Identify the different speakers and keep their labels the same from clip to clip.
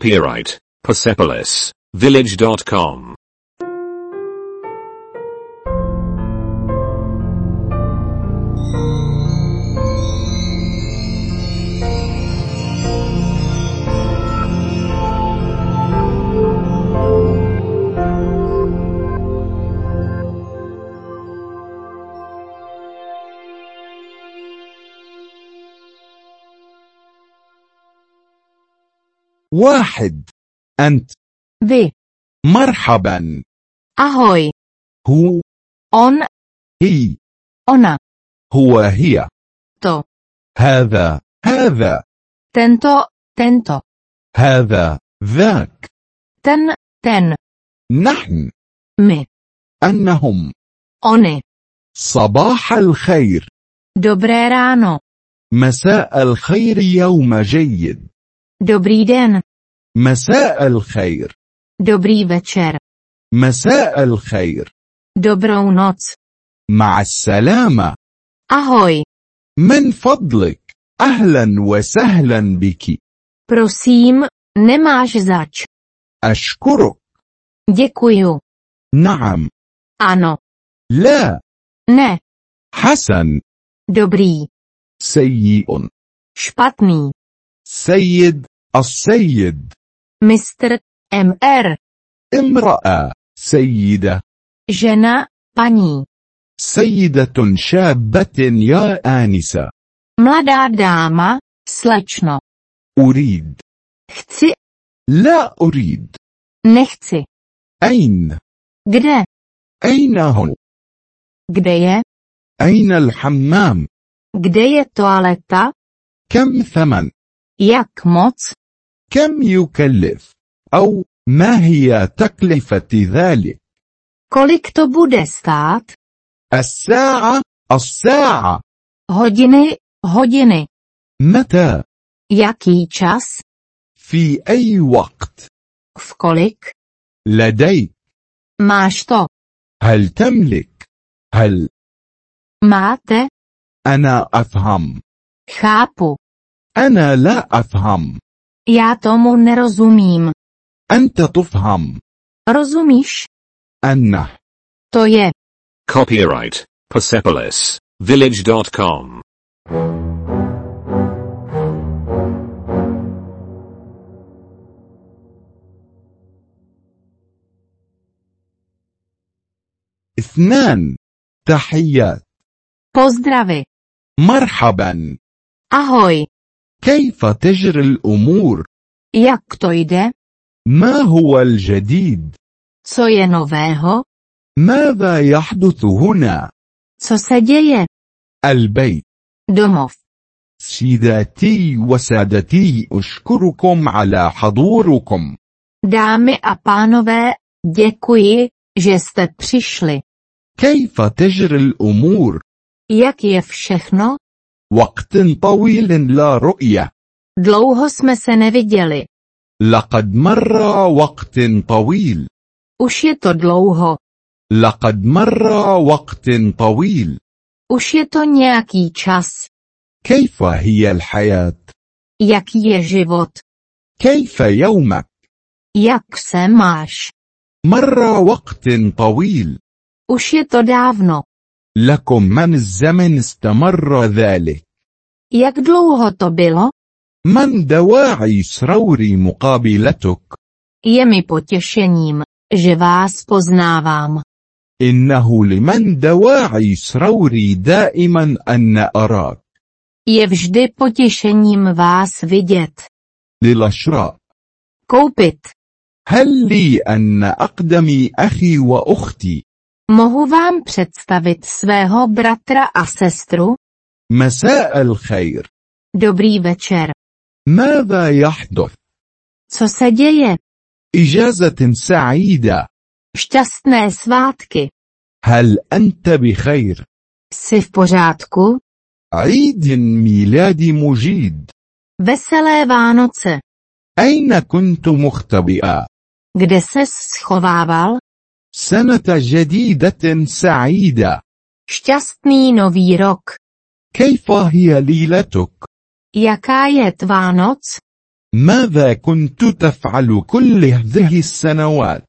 Speaker 1: Copyright Persepolis Village.com.
Speaker 2: واحد أنت
Speaker 3: Vy.
Speaker 2: مرحبا
Speaker 3: Ahoj.
Speaker 2: هو
Speaker 3: On,
Speaker 2: هي
Speaker 3: ona,
Speaker 2: هو هي
Speaker 3: to,
Speaker 2: هذا هذا
Speaker 3: tento, tento,
Speaker 2: هذا ذاك
Speaker 3: ten, ten,
Speaker 2: نحن
Speaker 3: my,
Speaker 2: أنهم
Speaker 3: oni.
Speaker 2: صباح الخير
Speaker 3: Dobré ráno.
Speaker 2: مساء الخير يوم جيد
Speaker 3: Dobrý den.
Speaker 2: مساء الخير
Speaker 3: Dobrý večer.
Speaker 2: مساء الخير
Speaker 3: Dobrou noc.
Speaker 2: مع السلامة
Speaker 3: Ahoj.
Speaker 2: من فضلك أهلا وسهلا بك
Speaker 3: Prosím, nemáš zač.
Speaker 2: أشكرك
Speaker 3: Děkuju.
Speaker 2: نعم
Speaker 3: Ano.
Speaker 2: لا
Speaker 3: Ne.
Speaker 2: حسن
Speaker 3: Dobrý.
Speaker 2: سيء
Speaker 3: Špatný.
Speaker 2: سيد السيد
Speaker 3: Mistr, MR.
Speaker 2: امرأة سيدة
Speaker 3: Žena, paní.
Speaker 2: سيدة شابة يا آنسة
Speaker 3: Mladá dáma, slečno.
Speaker 2: أريد
Speaker 3: Chci,
Speaker 2: لا أريد
Speaker 3: nechci.
Speaker 2: أين
Speaker 3: Kde?
Speaker 2: أين هو
Speaker 3: Kde je?
Speaker 2: أين الحمام
Speaker 3: Kde je toaleta?
Speaker 2: كم ثمن
Speaker 3: Jak moc?
Speaker 2: كم يكلف أو ما هي تكلفة ذلك
Speaker 3: Kolik to bude stát?
Speaker 2: الساعة الساعة
Speaker 3: Hodiny, hodiny.
Speaker 2: متى
Speaker 3: Jaký čas?
Speaker 2: في أي وقت
Speaker 3: V kolik?
Speaker 2: لديك
Speaker 3: Máš to.
Speaker 2: هل تملك هل
Speaker 3: Máte?
Speaker 2: أنا أفهم
Speaker 3: Chápu.
Speaker 2: أنا لا أفهم
Speaker 3: Já tomu nerozumím.
Speaker 2: أنت تفهم
Speaker 3: Rozumíš?
Speaker 2: أنه
Speaker 3: To je.
Speaker 1: Copyright Persepolis Village.com.
Speaker 2: اثنان تحيات
Speaker 3: Pozdravy.
Speaker 2: مرحبا
Speaker 3: Ahoj.
Speaker 2: كيف تجري الأمور
Speaker 3: Jak to jde?
Speaker 2: ما هو الجديد
Speaker 3: Co je nového?
Speaker 2: ماذا يحدث هنا
Speaker 3: Co se děje?
Speaker 2: البيت
Speaker 3: Domov.
Speaker 2: سيداتي وسادتي أشكركم على حضوركم
Speaker 3: Dámy a pánové, děkuji, že jste přišli.
Speaker 2: كيف تجري الأمور
Speaker 3: Jak je všechno?
Speaker 2: وقت طويل لا رؤية
Speaker 3: Dlouho jsme se neviděli.
Speaker 2: لقد مر وقت طويل
Speaker 3: Už je to dlouho.
Speaker 2: لقد مر وقت طويل
Speaker 3: Už je to nějaký čas.
Speaker 2: كيف هي الحياة
Speaker 3: Jaký je život?
Speaker 2: كيف يومك
Speaker 3: Jak se máš?
Speaker 2: مر وقت طويل
Speaker 3: Už je to dávno.
Speaker 2: لكم من الزمن استمر ذلك
Speaker 3: Jak dlouho to bylo?
Speaker 2: من دواعي سروري مقابلتك
Speaker 3: Je mi potěšením, že vás poznávám.
Speaker 2: إنه لمن دواعي سروري دائما أن أراك
Speaker 3: Je vždy potěšením vás vidět.
Speaker 2: للشراء
Speaker 3: Koupit.
Speaker 2: هل لي أن أقدم أخي وأختي
Speaker 3: Mohu vám představit svého bratra a sestru?
Speaker 2: مساء الخير
Speaker 3: Dobrý večer.
Speaker 2: ماذا يحدث
Speaker 3: Co se děje?
Speaker 2: إجازة سعيدة
Speaker 3: Šťastné svátky.
Speaker 2: هل أنت بخير
Speaker 3: Jsi v pořádku?
Speaker 2: عيد ميلاد مجيد
Speaker 3: Veselé Vánoce.
Speaker 2: أين كنت مختبئا
Speaker 3: Kde se schovával?
Speaker 2: سنة جديدة سعيدة
Speaker 3: Šťastný nový rok.
Speaker 2: كيف هي ليلتك
Speaker 3: Jaká je tvá noc?
Speaker 2: ماذا كنت تفعل كل هذه السنوات؟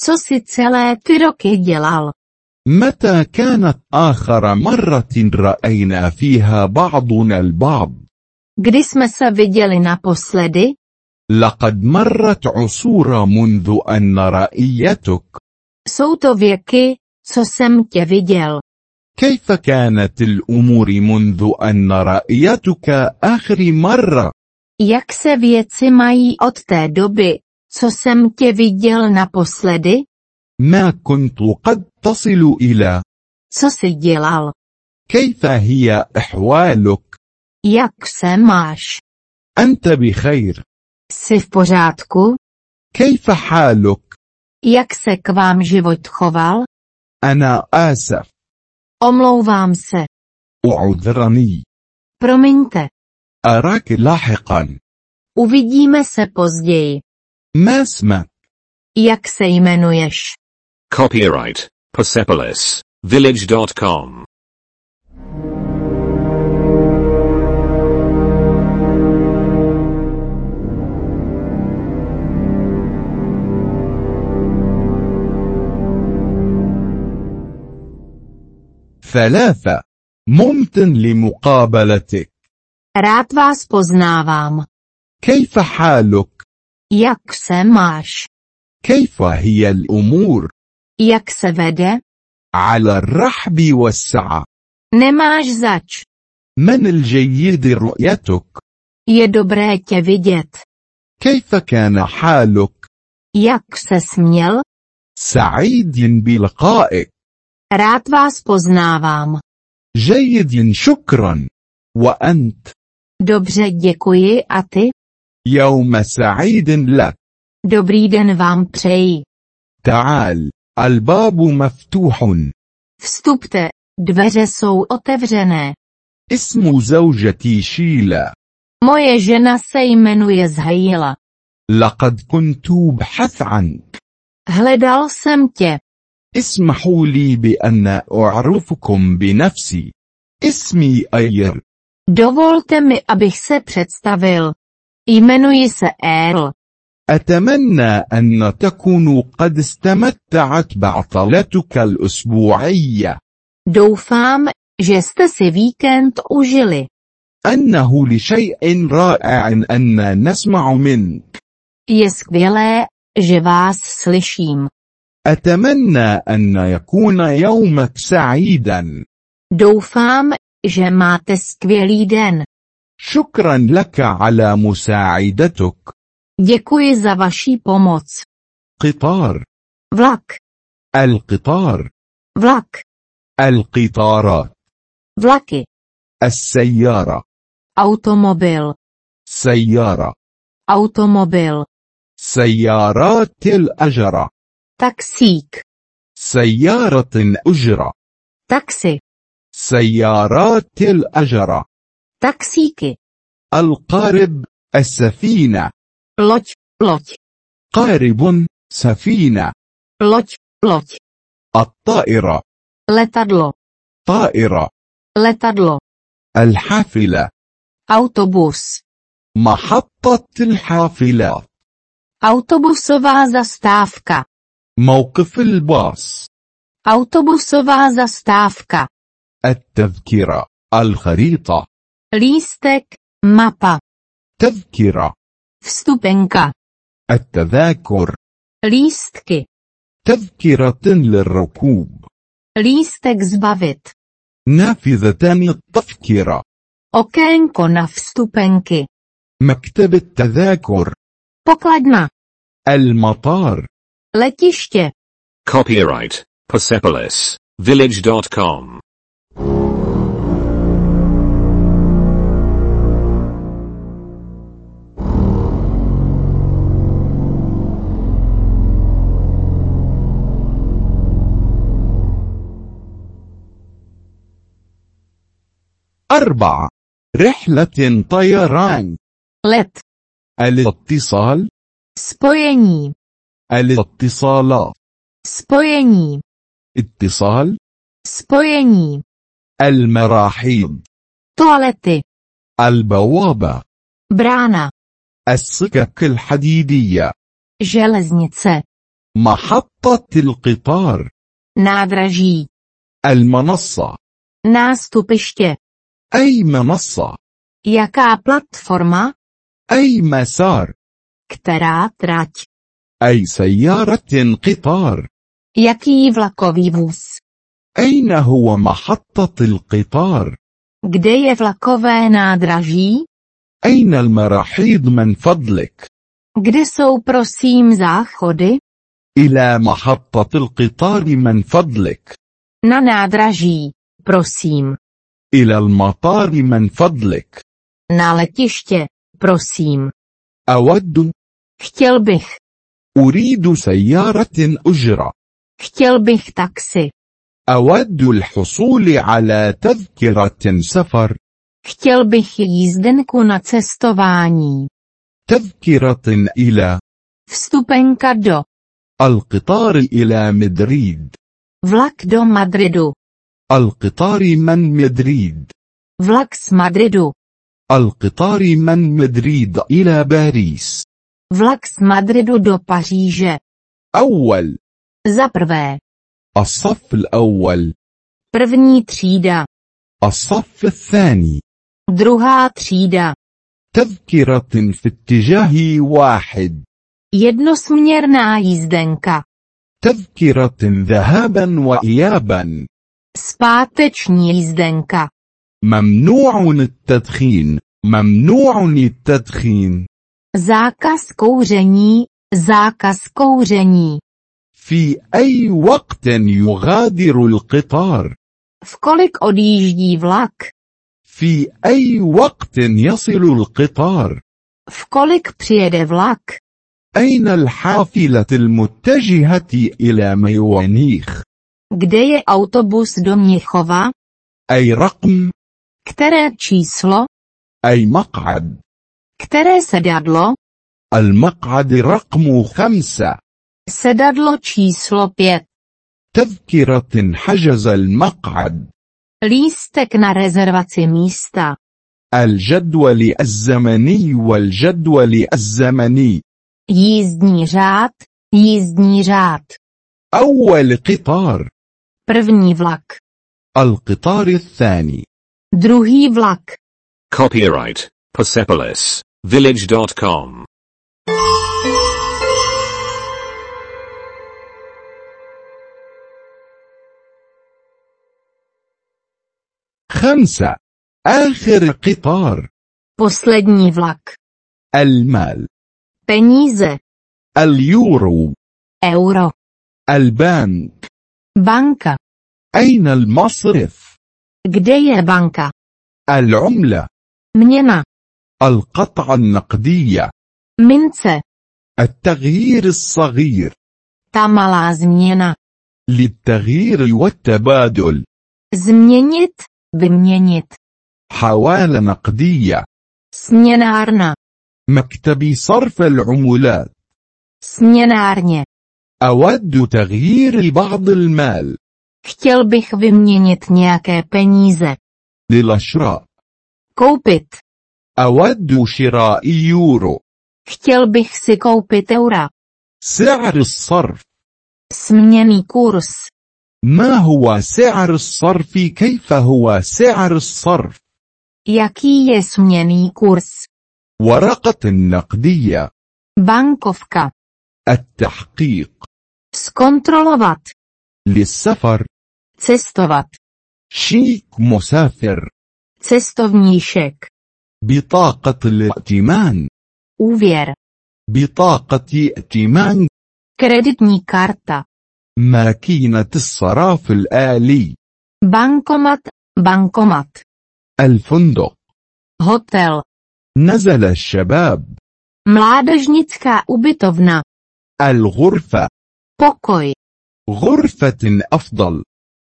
Speaker 3: Co si celé ty roky dělal?
Speaker 2: متى كانت آخر مرة رأينا فيها بعضنا البعض؟
Speaker 3: Kdy jsme se viděli naposledy?
Speaker 2: لقد مرت عصور منذ أن رأيتك
Speaker 3: Jsou to věky, co jsem tě viděl.
Speaker 2: كيف كانت الأمور منذ أن رأيتك آخر مرة؟
Speaker 3: Jak se věci mají od té doby, co jsem tě viděl naposledy?
Speaker 2: ما كنت قد تصل إلى
Speaker 3: Co jsi dělal?
Speaker 2: كيف هي أحوالك؟
Speaker 3: Jak se máš?
Speaker 2: أنت بخير
Speaker 3: Jsi v pořádku?
Speaker 2: كيف حالك؟
Speaker 3: Jak se k vám život choval?
Speaker 2: أنا آسف
Speaker 3: Omlouvám se.
Speaker 2: أعذرني
Speaker 3: Promiňte.
Speaker 2: أراك لاحقا
Speaker 3: Uvidíme se později.
Speaker 2: ما اسمك؟
Speaker 3: Jak se jmenuješ?
Speaker 1: Copyright Persepolis Village.com.
Speaker 2: ثلاثة ممتن لمقابلتك
Speaker 3: Rád vás poznávám.
Speaker 2: كيف حالك؟
Speaker 3: Jak se máš?
Speaker 2: كيف هي الأمور؟
Speaker 3: Jak se vede?
Speaker 2: على الرحب والسعة
Speaker 3: Nemáš zač.
Speaker 2: من الجيد رؤيتك؟
Speaker 3: Je dobré tě vidět.
Speaker 2: كيف كان حالك؟
Speaker 3: Jak se směl?
Speaker 2: سعيد بلقائك
Speaker 3: Rád vás poznávám.
Speaker 2: جيد شكرا وأنت
Speaker 3: Dobře, děkuji a ty?
Speaker 2: يوم سعيد لك
Speaker 3: Dobrý den vám přeji.
Speaker 2: تعال الباب مفتوح
Speaker 3: Vstupte, dveře jsou otevřené.
Speaker 2: اسم زوجتي شيلا
Speaker 3: Moje žena se jmenuje Zhajila.
Speaker 2: لقد كنت أبحث عنك
Speaker 3: Hledal jsem tě.
Speaker 2: اسمحوا لي بأن أعرفكم بنفسي اسمي أير
Speaker 3: Dovolte mi, abych se představil. Jmenuji se Earl.
Speaker 2: أتمنى أن تكونوا قد استمتعت بعطلتك الأسبوعية
Speaker 3: Doufám, že jste si víkend užili.
Speaker 2: أنه لشيء رائع أن نسمع منك
Speaker 3: Je skvělé, že vás slyším.
Speaker 2: أتمنى أن يكون يومك سعيدا
Speaker 3: Doufám, že máte skvělý den.
Speaker 2: شكرا لك على مساعدتك
Speaker 3: Děkuji za vaší pomoc.
Speaker 2: قطار
Speaker 3: Vlak,
Speaker 2: القطار
Speaker 3: vlak,
Speaker 2: القطارات
Speaker 3: vlaky,
Speaker 2: السيارة
Speaker 3: automobil,
Speaker 2: سيارة
Speaker 3: automobil,
Speaker 2: سيارات الأجرة
Speaker 3: taxík,
Speaker 2: سيارة أجرة
Speaker 3: taxi,
Speaker 2: سيارات الأجرة
Speaker 3: taxíky,
Speaker 2: القارب السفينة
Speaker 3: loď, loď,
Speaker 2: قارب سفينة
Speaker 3: loď, loď,
Speaker 2: الطائرة
Speaker 3: letadlo,
Speaker 2: طائرة
Speaker 3: letadlo,
Speaker 2: الحافلة
Speaker 3: autobus.
Speaker 2: محطة الحافلات
Speaker 3: Autobusová zastávka.
Speaker 2: موقف الباص
Speaker 3: Autobusová zastávka.
Speaker 2: التذكرة الخريطة
Speaker 3: Lístek, mapa,
Speaker 2: تذكرة
Speaker 3: vstupenka,
Speaker 2: التذاكر
Speaker 3: lístky,
Speaker 2: تذكرة للركوب
Speaker 3: lístek zbavit,
Speaker 2: نافذة التذكرة
Speaker 3: okénko na vstupenky,
Speaker 2: مكتب التذاكر
Speaker 3: pokladna,
Speaker 2: المطار
Speaker 3: letiště.
Speaker 1: Copyright Persepolis Village.com.
Speaker 2: أربعة رحلة طيران
Speaker 3: Let,
Speaker 2: الاتصال
Speaker 3: spojení,
Speaker 2: الاتصالات
Speaker 3: spojení,
Speaker 2: اتصال
Speaker 3: spojení,
Speaker 2: المراحيض
Speaker 3: toalety,
Speaker 2: البوابة
Speaker 3: brána,
Speaker 2: السكك الحديدية
Speaker 3: železnice,
Speaker 2: محطة القطار
Speaker 3: nádraží,
Speaker 2: المنصة
Speaker 3: nástupiště,
Speaker 2: أي منصة
Speaker 3: jaká platforma,
Speaker 2: أي مسار
Speaker 3: která trať,
Speaker 2: أي سيارة قطار
Speaker 3: jaký vlakový vůz,
Speaker 2: أين هو محطة القطار
Speaker 3: kde je vlakové nádraží,
Speaker 2: أين المراحيض من فضلك
Speaker 3: kde jsou prosím záchody,
Speaker 2: إلى محطة القطار من فضلك
Speaker 3: na nádraží, prosím,
Speaker 2: إلى المطار من فضلك
Speaker 3: na letiště, prosím,
Speaker 2: أود
Speaker 3: chtěl bych,
Speaker 2: أريد سيارة أجرة
Speaker 3: chtěl bych taxi,
Speaker 2: أود الحصول على تذكرة سفر
Speaker 3: chtěl bych jízdenku na cestování,
Speaker 2: تذكرة إلى
Speaker 3: vstupenka do,
Speaker 2: القطار إلى مدريد
Speaker 3: vlak do Madridu,
Speaker 2: القطار من مدريد
Speaker 3: vlak z Madridu,
Speaker 2: القطار من مدريد إلى باريس
Speaker 3: vlak z Madridu do Paříže.
Speaker 2: أول
Speaker 3: Za prvé,
Speaker 2: الصف الأول
Speaker 3: první třída,
Speaker 2: الصف الثاني
Speaker 3: druhá třída,
Speaker 2: تذكرة في اتجاه واحد
Speaker 3: jednosměrná jízdenka,
Speaker 2: تذكرة ذهابا وإيابا
Speaker 3: zpáteční jízdenka,
Speaker 2: ممنوع التدخين ممنوع التدخين
Speaker 3: zákaz kouření, zákaz kouření,
Speaker 2: في أي وقت يغادر القطار
Speaker 3: v kolik odjíždí vlak,
Speaker 2: في أي وقت يصل القطار
Speaker 3: v kolik přijede vlak,
Speaker 2: أين الحافلة المتجهة إلى ميوانيخ
Speaker 3: kde je autobus do Měchova,
Speaker 2: أي رقم
Speaker 3: které číslo,
Speaker 2: أي مقعد
Speaker 3: které sedadlo,
Speaker 2: المقعد رقم خمسة
Speaker 3: sedadlo číslo 5,
Speaker 2: تذكرة حجز المقعد
Speaker 3: lístek na rezervaci místa,
Speaker 2: الجدول الزمني والجدول الزمني
Speaker 3: jízdní řád, jízdní řád,
Speaker 2: أول قطار
Speaker 3: první vlak,
Speaker 2: القطار الثاني
Speaker 3: druhý vlak.
Speaker 1: Copyright Persepolis Village.com.
Speaker 2: خمسة آخر قطار
Speaker 3: Poslední vlak.
Speaker 2: المال
Speaker 3: Peníze.
Speaker 2: اليورو
Speaker 3: Euro.
Speaker 2: البنك
Speaker 3: Banka.
Speaker 2: أين المصرف
Speaker 3: Kde je banka?
Speaker 2: العملة
Speaker 3: Měna.
Speaker 2: القطعة النقدية
Speaker 3: Mince.
Speaker 2: التغيير الصغير
Speaker 3: Ta malá změna.
Speaker 2: للتغيير والتبادل
Speaker 3: Změnit. Vyměnit.
Speaker 2: حوالة نقدية
Speaker 3: Směnárna.
Speaker 2: مكتب صرف العملات
Speaker 3: Směnárně.
Speaker 2: أود تغيير بعض المال
Speaker 3: Chtěl bych vyměnit nějaké peníze.
Speaker 2: للشراء
Speaker 3: Koupit.
Speaker 2: أود شراء يورو
Speaker 3: Chtěl bych si koupit eura.
Speaker 2: سعر الصرف
Speaker 3: Směný kurz.
Speaker 2: ما هو سعر الصرف كيف هو سعر الصرف
Speaker 3: Jaký je směný kurz?
Speaker 2: ورقة نقدية
Speaker 3: Bankovka.
Speaker 2: التحقيق
Speaker 3: Zkontrolovat.
Speaker 2: للسفر
Speaker 3: Cestovat.
Speaker 2: شيك مسافر
Speaker 3: Cestovníšek.
Speaker 2: بطاقة الائتمان
Speaker 3: Úvěr.
Speaker 2: بطاقة ائتمان
Speaker 3: Kreditní karta.
Speaker 2: ماكينة الصراف الآلي
Speaker 3: Bankomat. Bankomat.
Speaker 2: الفندق
Speaker 3: Hotel.
Speaker 2: نزل الشباب
Speaker 3: Mládežnická ubytovna.
Speaker 2: الغرفة
Speaker 3: Pokoj.
Speaker 2: غرفة أفضل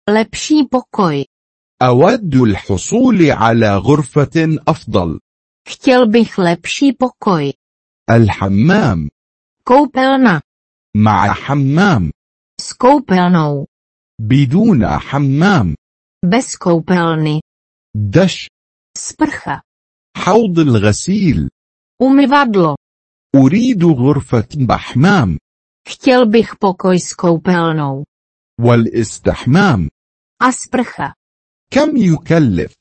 Speaker 3: Lepší pokoj.
Speaker 2: أود الحصول على غرفة أفضل
Speaker 3: Chtěl bych lepší pokoj.
Speaker 2: الحمام
Speaker 3: Koupelna.
Speaker 2: مع حمام
Speaker 3: S koupelnou.
Speaker 2: بدون حمام
Speaker 3: Bez koupelny.
Speaker 2: دش
Speaker 3: Sprcha.
Speaker 2: حوض الغسيل
Speaker 3: Umyvadlo.
Speaker 2: أريد غرفة بحمام
Speaker 3: Chtěl bych pokoj s koupelnou.
Speaker 2: والاستحمام
Speaker 3: A sprcha.
Speaker 2: كم يكلف؟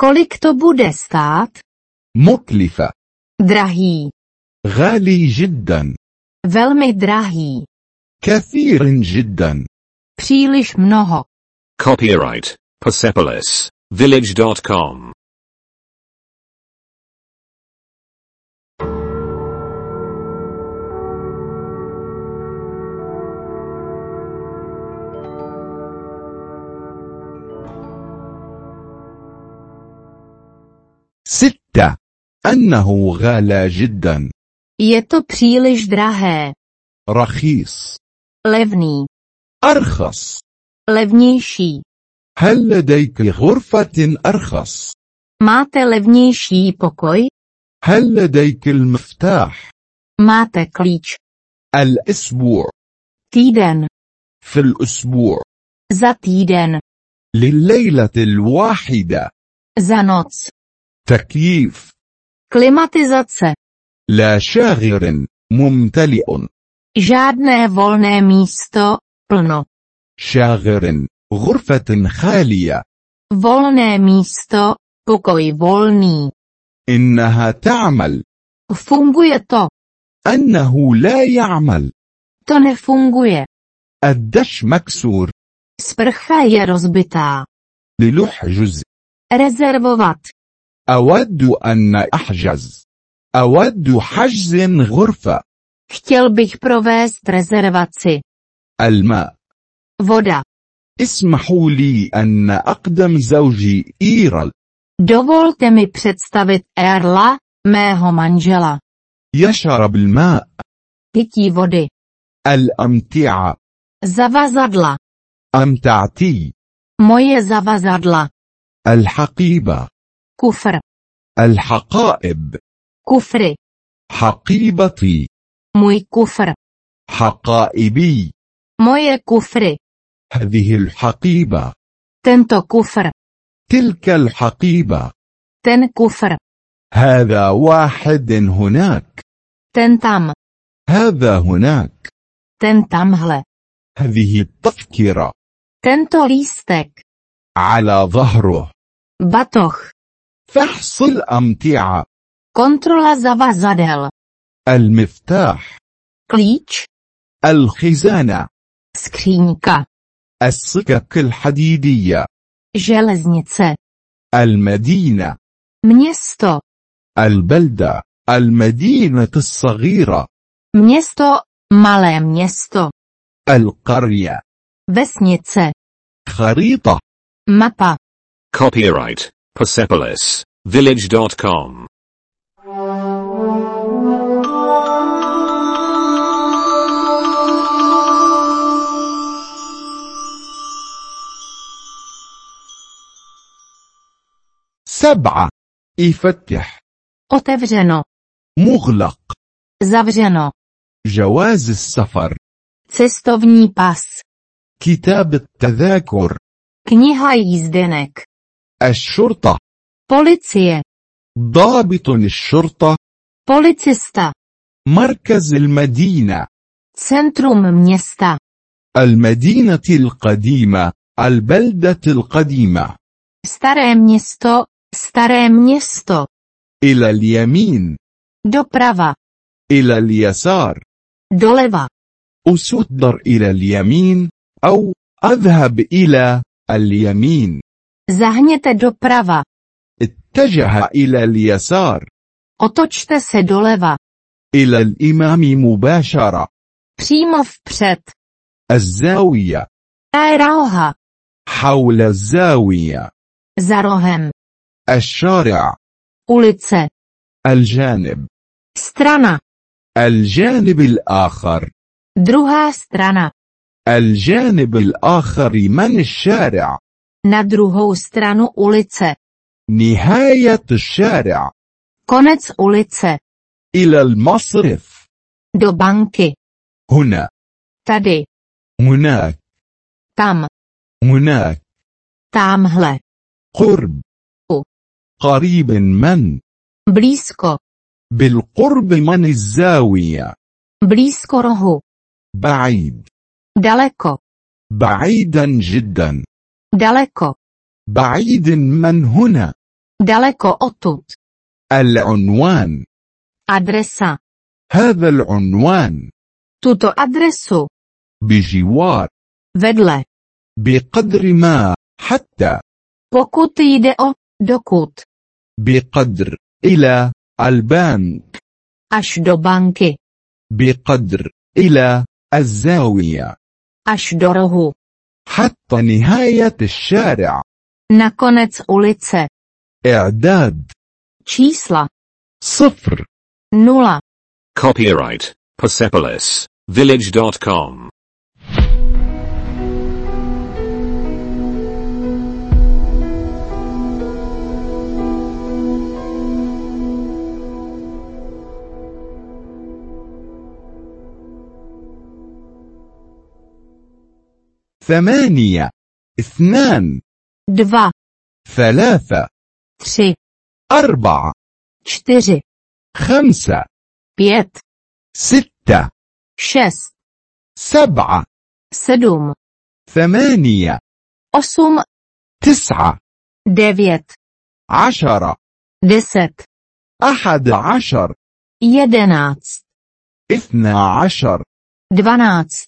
Speaker 3: Kolik to bude stát?
Speaker 2: مكلفة
Speaker 3: Drahý.
Speaker 2: غالي جدا
Speaker 3: Velmi drahý.
Speaker 2: كثير جدا
Speaker 3: Příliš mnoho.
Speaker 1: Copyright Persepolis Village.com.
Speaker 2: ستة أنه غالى جدا
Speaker 3: Je to příliš drahé.
Speaker 2: رخيص
Speaker 3: Levný.
Speaker 2: أرخص
Speaker 3: Levnější.
Speaker 2: هل لديك غرفة أرخص؟
Speaker 3: Máte levnější pokoj?
Speaker 2: هل لديك المفتاح؟
Speaker 3: Máte klíč.
Speaker 2: الأسبوع
Speaker 3: Týden.
Speaker 2: في الأسبوع
Speaker 3: Za týden.
Speaker 2: لليلة الواحدة
Speaker 3: Za noc.
Speaker 2: تكييف
Speaker 3: Klimatizace.
Speaker 2: لا شاغر ممتلئ
Speaker 3: Žádné volné místo. Plno.
Speaker 2: شاغر غرفة خالية
Speaker 3: Volné místo. Pokoj volný.
Speaker 2: إنها تعمل
Speaker 3: Funguje to.
Speaker 2: أنه لا يعمل
Speaker 3: To nefunguje.
Speaker 2: الدش مكسور
Speaker 3: Sprcha je rozbitá.
Speaker 2: للحجز
Speaker 3: Rezervovat.
Speaker 2: أود أن أحجز أود حجز غرفة
Speaker 3: Chtěl bych provést rezervaci.
Speaker 2: الماء
Speaker 3: Voda.
Speaker 2: اسمحوا لي أن أقدم زوجي إيرل
Speaker 3: Dovolte mi představit Erla, mého manžela.
Speaker 2: يشرب الماء
Speaker 3: Pití vody.
Speaker 2: الأمتعة
Speaker 3: Zavazadla.
Speaker 2: أمتعتي
Speaker 3: Moje zavazadla.
Speaker 2: الحقيبة
Speaker 3: Kufr.
Speaker 2: الحقائب
Speaker 3: Kufry.
Speaker 2: حقيبتي
Speaker 3: Můj kufr.
Speaker 2: حقائبي
Speaker 3: Moje kufry.
Speaker 2: هذه الحقيبة
Speaker 3: Tento kufr.
Speaker 2: تلك الحقيبة
Speaker 3: Ten kufr.
Speaker 2: هذا واحد هناك
Speaker 3: Ten tam.
Speaker 2: هذا هناك
Speaker 3: Ten tamhle.
Speaker 2: هذه التذكرة
Speaker 3: Tento lístek.
Speaker 2: على ظهره
Speaker 3: Batoh.
Speaker 2: فحص الأمتعة
Speaker 3: Kontrola zavazadel.
Speaker 2: المفتاح
Speaker 3: Klíč.
Speaker 2: الخزانة
Speaker 3: Skříňka.
Speaker 2: السكك الحديدية
Speaker 3: Železnice.
Speaker 2: المدينة
Speaker 3: Město.
Speaker 2: البلدة المدينة الصغيرة
Speaker 3: Město. Malé město.
Speaker 2: القرية
Speaker 3: Vesnice.
Speaker 2: خريطة
Speaker 3: Mapa.
Speaker 1: Copyright Persepolis Village.com.
Speaker 2: سبعة يفتح
Speaker 3: Otevřeno.
Speaker 2: مغلق
Speaker 3: Zavřeno.
Speaker 2: جواز السفر
Speaker 3: Cestovní pas.
Speaker 2: كتاب التذاكر
Speaker 3: Kniha jízdenek.
Speaker 2: الشرطة
Speaker 3: Policie.
Speaker 2: ضابط الشرطة
Speaker 3: Policista.
Speaker 2: مركز المدينة
Speaker 3: Centrum města.
Speaker 2: المدينة القديمة البلدة القديمة
Speaker 3: Staré město. Staré město.
Speaker 2: إلى اليمين
Speaker 3: Doprava.
Speaker 2: إلى اليسار
Speaker 3: Doleva.
Speaker 2: أسدر إلى اليمين أو أذهب إلى اليمين
Speaker 3: Zahněte doprava.
Speaker 2: اتجه إلى اليسار
Speaker 3: Otočte se doleva.
Speaker 2: إلى الإمام مباشرة
Speaker 3: Přímo vpřed.
Speaker 2: الزاوية
Speaker 3: Aeroha.
Speaker 2: حول الزاوية
Speaker 3: Za rohem.
Speaker 2: الشارع
Speaker 3: Ulice.
Speaker 2: الجانب
Speaker 3: Strana.
Speaker 2: الجانب الآخر
Speaker 3: Druhá strana.
Speaker 2: الجانب الآخر من الشارع
Speaker 3: Na druhou stranu ulice.
Speaker 2: نهاية الشارع
Speaker 3: Konec ulice.
Speaker 2: إلى المصرف
Speaker 3: Do banky.
Speaker 2: هنا
Speaker 3: Tady.
Speaker 2: هناك
Speaker 3: Tam.
Speaker 2: هناك
Speaker 3: Tamhle.
Speaker 2: قرب
Speaker 3: أو.
Speaker 2: قريب من
Speaker 3: Blízko.
Speaker 2: بالقرب من الزاوية
Speaker 3: Blízko rohu.
Speaker 2: بعيد
Speaker 3: Daleko.
Speaker 2: بعيدا جدا
Speaker 3: Daleko.
Speaker 2: بعيد من هنا
Speaker 3: Daleko odtud.
Speaker 2: العنوان
Speaker 3: Adresa.
Speaker 2: هذا العنوان
Speaker 3: Tuto adresu.
Speaker 2: بجوار
Speaker 3: Vedle.
Speaker 2: بقدر ما حتى
Speaker 3: Pokud jde o, dokud,
Speaker 2: بقدر إلى البنك
Speaker 3: až do banky,
Speaker 2: بقدر إلى الزاوية
Speaker 3: až do rohu,
Speaker 2: حتى نهاية الشارع
Speaker 3: na konec ulice,
Speaker 2: إعداد
Speaker 3: čísla,
Speaker 2: صفر
Speaker 3: nula.
Speaker 1: Copyright Persepolis Village.com.
Speaker 2: ثمانية اثنان
Speaker 3: dva,
Speaker 2: ثلاثة
Speaker 3: tři,
Speaker 2: أربعة
Speaker 3: čtyři,
Speaker 2: خمسة
Speaker 3: pět,
Speaker 2: ستة
Speaker 3: šest,
Speaker 2: سبعة
Speaker 3: sedm,
Speaker 2: ثمانية
Speaker 3: osm,
Speaker 2: تسعة
Speaker 3: devět,
Speaker 2: عشرة
Speaker 3: deset,
Speaker 2: أحد عشر
Speaker 3: jedenáct,
Speaker 2: اثنا عشر
Speaker 3: dvanáct,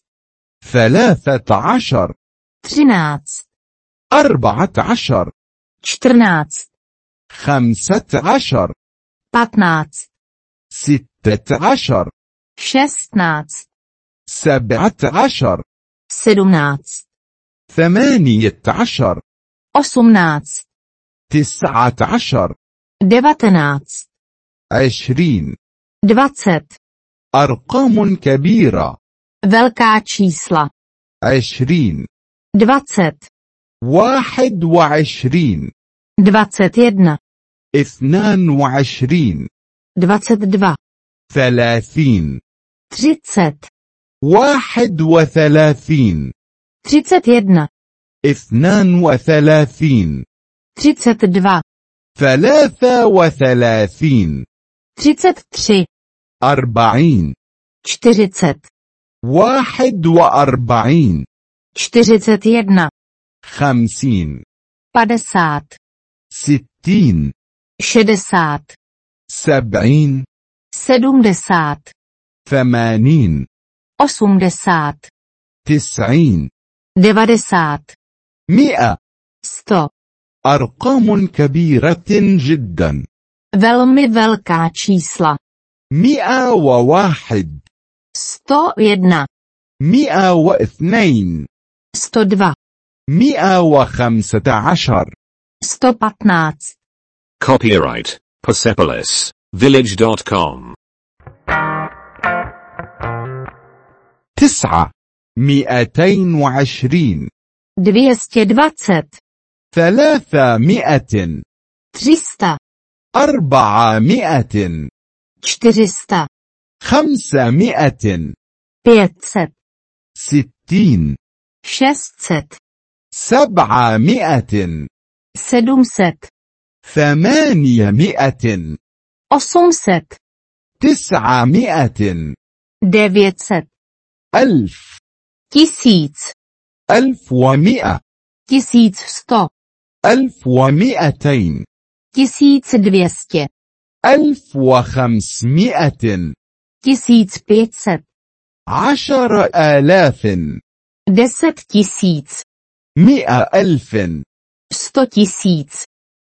Speaker 2: ثلاثة عشر
Speaker 3: třináct,
Speaker 2: أربعة عشر
Speaker 3: čtrnáct,
Speaker 2: خمسة عشر
Speaker 3: patnáct,
Speaker 2: ستة عشر
Speaker 3: šestnáct,
Speaker 2: سبعة عشر
Speaker 3: sedmnáct,
Speaker 2: ثمانية عشر
Speaker 3: osmnáct,
Speaker 2: تسعة عشر
Speaker 3: devatenáct,
Speaker 2: عشرين
Speaker 3: dvacet.
Speaker 2: أرقام كبيرة
Speaker 3: Velká čísla.
Speaker 2: عشرين
Speaker 3: 20,
Speaker 2: واحد وعشرين
Speaker 3: 21,
Speaker 2: اثنان وعشرين
Speaker 3: 22,
Speaker 2: ثلاثين
Speaker 3: 30,
Speaker 2: واحد وثلاثين
Speaker 3: 31,
Speaker 2: اثنان وثلاثين
Speaker 3: 32,
Speaker 2: ثلاثة وثلاثين
Speaker 3: 33,
Speaker 2: أربعين
Speaker 3: 40,
Speaker 2: واحد وأربعين
Speaker 3: 41,
Speaker 2: خمسين
Speaker 3: 50,
Speaker 2: ستين
Speaker 3: 60,
Speaker 2: سبعين
Speaker 3: 70,
Speaker 2: ثمانين
Speaker 3: 80,
Speaker 2: تسعين
Speaker 3: 90,
Speaker 2: مئة
Speaker 3: 100.
Speaker 2: أرقام كبيرة جدا
Speaker 3: Velmi velká čísla.
Speaker 2: مئة وواحد
Speaker 3: 101,
Speaker 2: مئة واثنين
Speaker 3: 102,
Speaker 2: مئة وخمسة عشر
Speaker 3: 115.
Speaker 1: Copyright Persepolis Village.com.
Speaker 2: تسعة مئتين وعشرين
Speaker 3: 220,
Speaker 2: ثلاثمائة
Speaker 3: 300,
Speaker 2: أربعمائة
Speaker 3: 400,
Speaker 2: خمسمائة
Speaker 3: 500.
Speaker 2: ستين
Speaker 3: 600,
Speaker 2: سبعمائة
Speaker 3: 700,
Speaker 2: ثمانمائة
Speaker 3: 800,
Speaker 2: تسعمائة
Speaker 3: 900,
Speaker 2: ألف
Speaker 3: tisíc,
Speaker 2: ألف ومئة
Speaker 3: 1100,
Speaker 2: ألف ومئتين
Speaker 3: 1200,
Speaker 2: ألف وخمسمائة
Speaker 3: 1500,
Speaker 2: عشر آلاف
Speaker 3: 10 tisíc,
Speaker 2: مئة ألف
Speaker 3: 100 tisíc,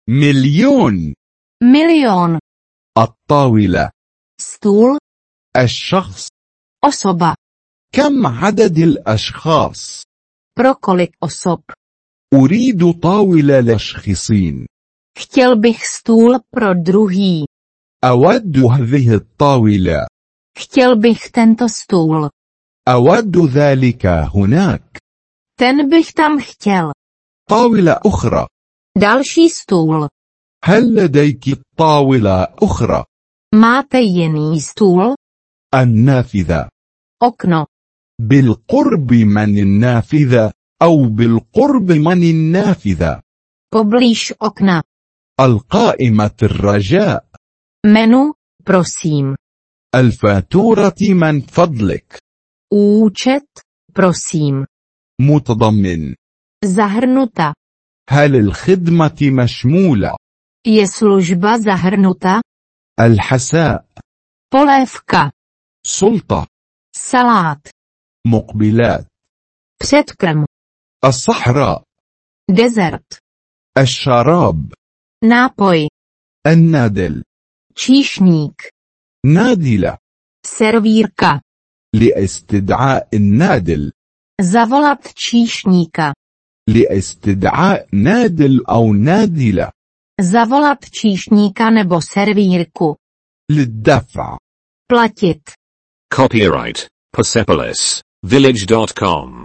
Speaker 2: مليون
Speaker 3: milion,
Speaker 2: الطاولة
Speaker 3: stůl,
Speaker 2: الشخص
Speaker 3: osoba,
Speaker 2: كم عدد الأشخاص
Speaker 3: pro kolik osob.
Speaker 2: أريد طاولة لشخصين
Speaker 3: Chtěl bych stůl pro druhý.
Speaker 2: أود هذه الطاولة
Speaker 3: Chtěl bych tento stůl.
Speaker 2: أود ذلك هناك
Speaker 3: Ten bych tam chtěl.
Speaker 2: طاولة أخرى
Speaker 3: Další stůl.
Speaker 2: هل لديك طاولة أخرى
Speaker 3: Máte jiný stůl?
Speaker 2: النافذة
Speaker 3: Okno.
Speaker 2: بالقرب من النافذة أو بالقرب من النافذة
Speaker 3: Poblíž okna.
Speaker 2: القائمة الرجاء
Speaker 3: Menu, prosím.
Speaker 2: الفاتورة من فضلك
Speaker 3: Účet, prosím.
Speaker 2: متضمن
Speaker 3: Zahrnuta.
Speaker 2: هل الخدمة مشمولة
Speaker 3: Je služba zahrnuta?
Speaker 2: الحساء
Speaker 3: Polévka.
Speaker 2: سلطة
Speaker 3: Salát.
Speaker 2: مقبلات
Speaker 3: Předkrm.
Speaker 2: الصحراء
Speaker 3: Desert.
Speaker 2: الشراب
Speaker 3: Nápoj.
Speaker 2: النادل
Speaker 3: Číšník.
Speaker 2: نادلة
Speaker 3: Servírka.
Speaker 2: لاستدعاء النادل
Speaker 3: Zavolat číšníka.
Speaker 2: لاستدعاء نادل أو نادلة
Speaker 3: Zavolat číšníka nebo servírku.
Speaker 2: للدفع
Speaker 3: Platit.
Speaker 1: Copyright Persepolis Village.com.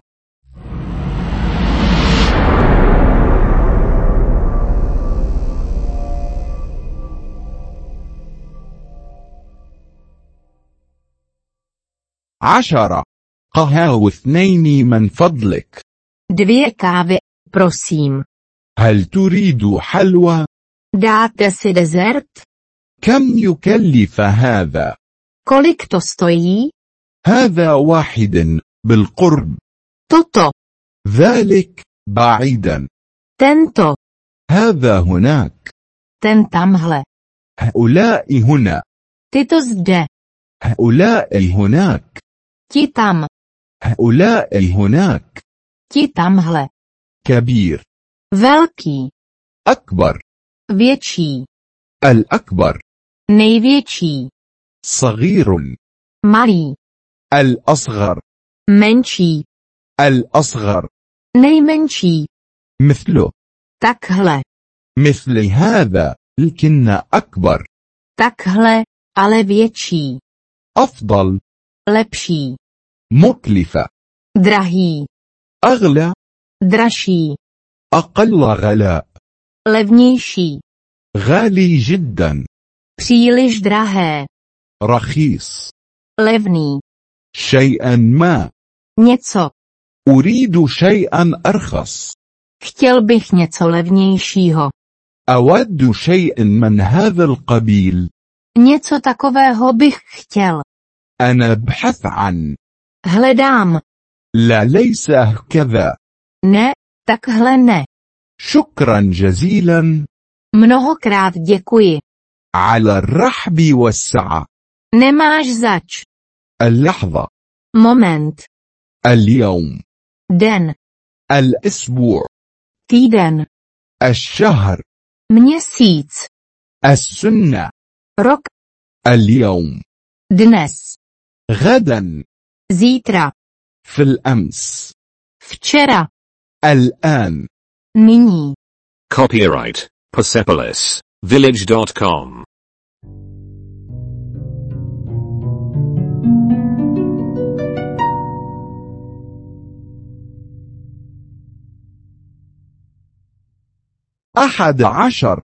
Speaker 2: عشرة قهاو اثنين من فضلك
Speaker 3: Dvě kávy, prosím.
Speaker 2: هل تريد حلوى؟
Speaker 3: Dáte si dezert?
Speaker 2: كم يكلف هذا؟
Speaker 3: Kolik to stojí?
Speaker 2: هذا واحد بالقرب
Speaker 3: Toto,
Speaker 2: ذلك بعيدا
Speaker 3: tento,
Speaker 2: هذا هناك
Speaker 3: ten tamhle,
Speaker 2: هؤلاء هنا
Speaker 3: tyto zde,
Speaker 2: هؤلاء هناك
Speaker 3: ti tam,
Speaker 2: هؤلاء هناك
Speaker 3: ti tamhle.
Speaker 2: كبير
Speaker 3: Velký,
Speaker 2: أكبر
Speaker 3: větší,
Speaker 2: الأكبر
Speaker 3: největší,
Speaker 2: صغير
Speaker 3: malý,
Speaker 2: الأصغر
Speaker 3: menší,
Speaker 2: الأصغر
Speaker 3: nejmenší,
Speaker 2: مثله
Speaker 3: takhle,
Speaker 2: مثل هذا لكن أكبر
Speaker 3: takhle, ale větší,
Speaker 2: أفضل
Speaker 3: lepší,
Speaker 2: مكلفة
Speaker 3: drahý,
Speaker 2: أغلى
Speaker 3: dražší,
Speaker 2: أقل غلاء
Speaker 3: levnější,
Speaker 2: غالي جدا
Speaker 3: příliš drahé,
Speaker 2: رخيص
Speaker 3: levný,
Speaker 2: شيئا ما
Speaker 3: něco.
Speaker 2: أريد شيئا أرخص
Speaker 3: Chtěl bych něco levnějšího.
Speaker 2: أود شيئا من هذا القبيل
Speaker 3: Něco takového bych chtěl.
Speaker 2: أنا أبحث عن
Speaker 3: Hledám.
Speaker 2: لا ليس هكذا
Speaker 3: Ne, takhle ne.
Speaker 2: شكرا جزيلا
Speaker 3: Mnohokrát děkuji.
Speaker 2: على الرحب والسعة
Speaker 3: Nemáš zač.
Speaker 2: اللحظة
Speaker 3: Moment.
Speaker 2: اليوم
Speaker 3: Den.
Speaker 2: الأسبوع
Speaker 3: Týden.
Speaker 2: الشهر
Speaker 3: Měsíc.
Speaker 2: السنة
Speaker 3: Rok.
Speaker 2: اليوم
Speaker 3: Dnes.
Speaker 2: غدا
Speaker 3: Zítra.
Speaker 2: في الأمس
Speaker 3: Včera.
Speaker 2: الآن
Speaker 3: Nyní.
Speaker 1: Copyright Persepolis Village.com.
Speaker 2: أحد عشر